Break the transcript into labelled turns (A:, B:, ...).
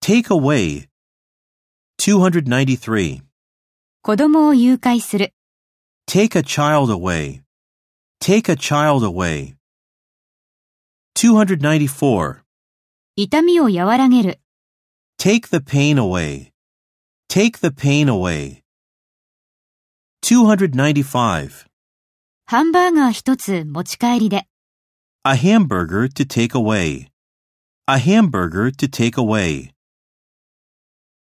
A: Take away. 293.
B: 子供を誘拐する、
A: Take a child away. Take a child away. 294.
B: 痛みを和らげる、
A: Take the pain away. Take the pain away. 295.
B: ハンバーガー一つ持ち帰りで、
A: A hamburger to take away. A hamburger to take away.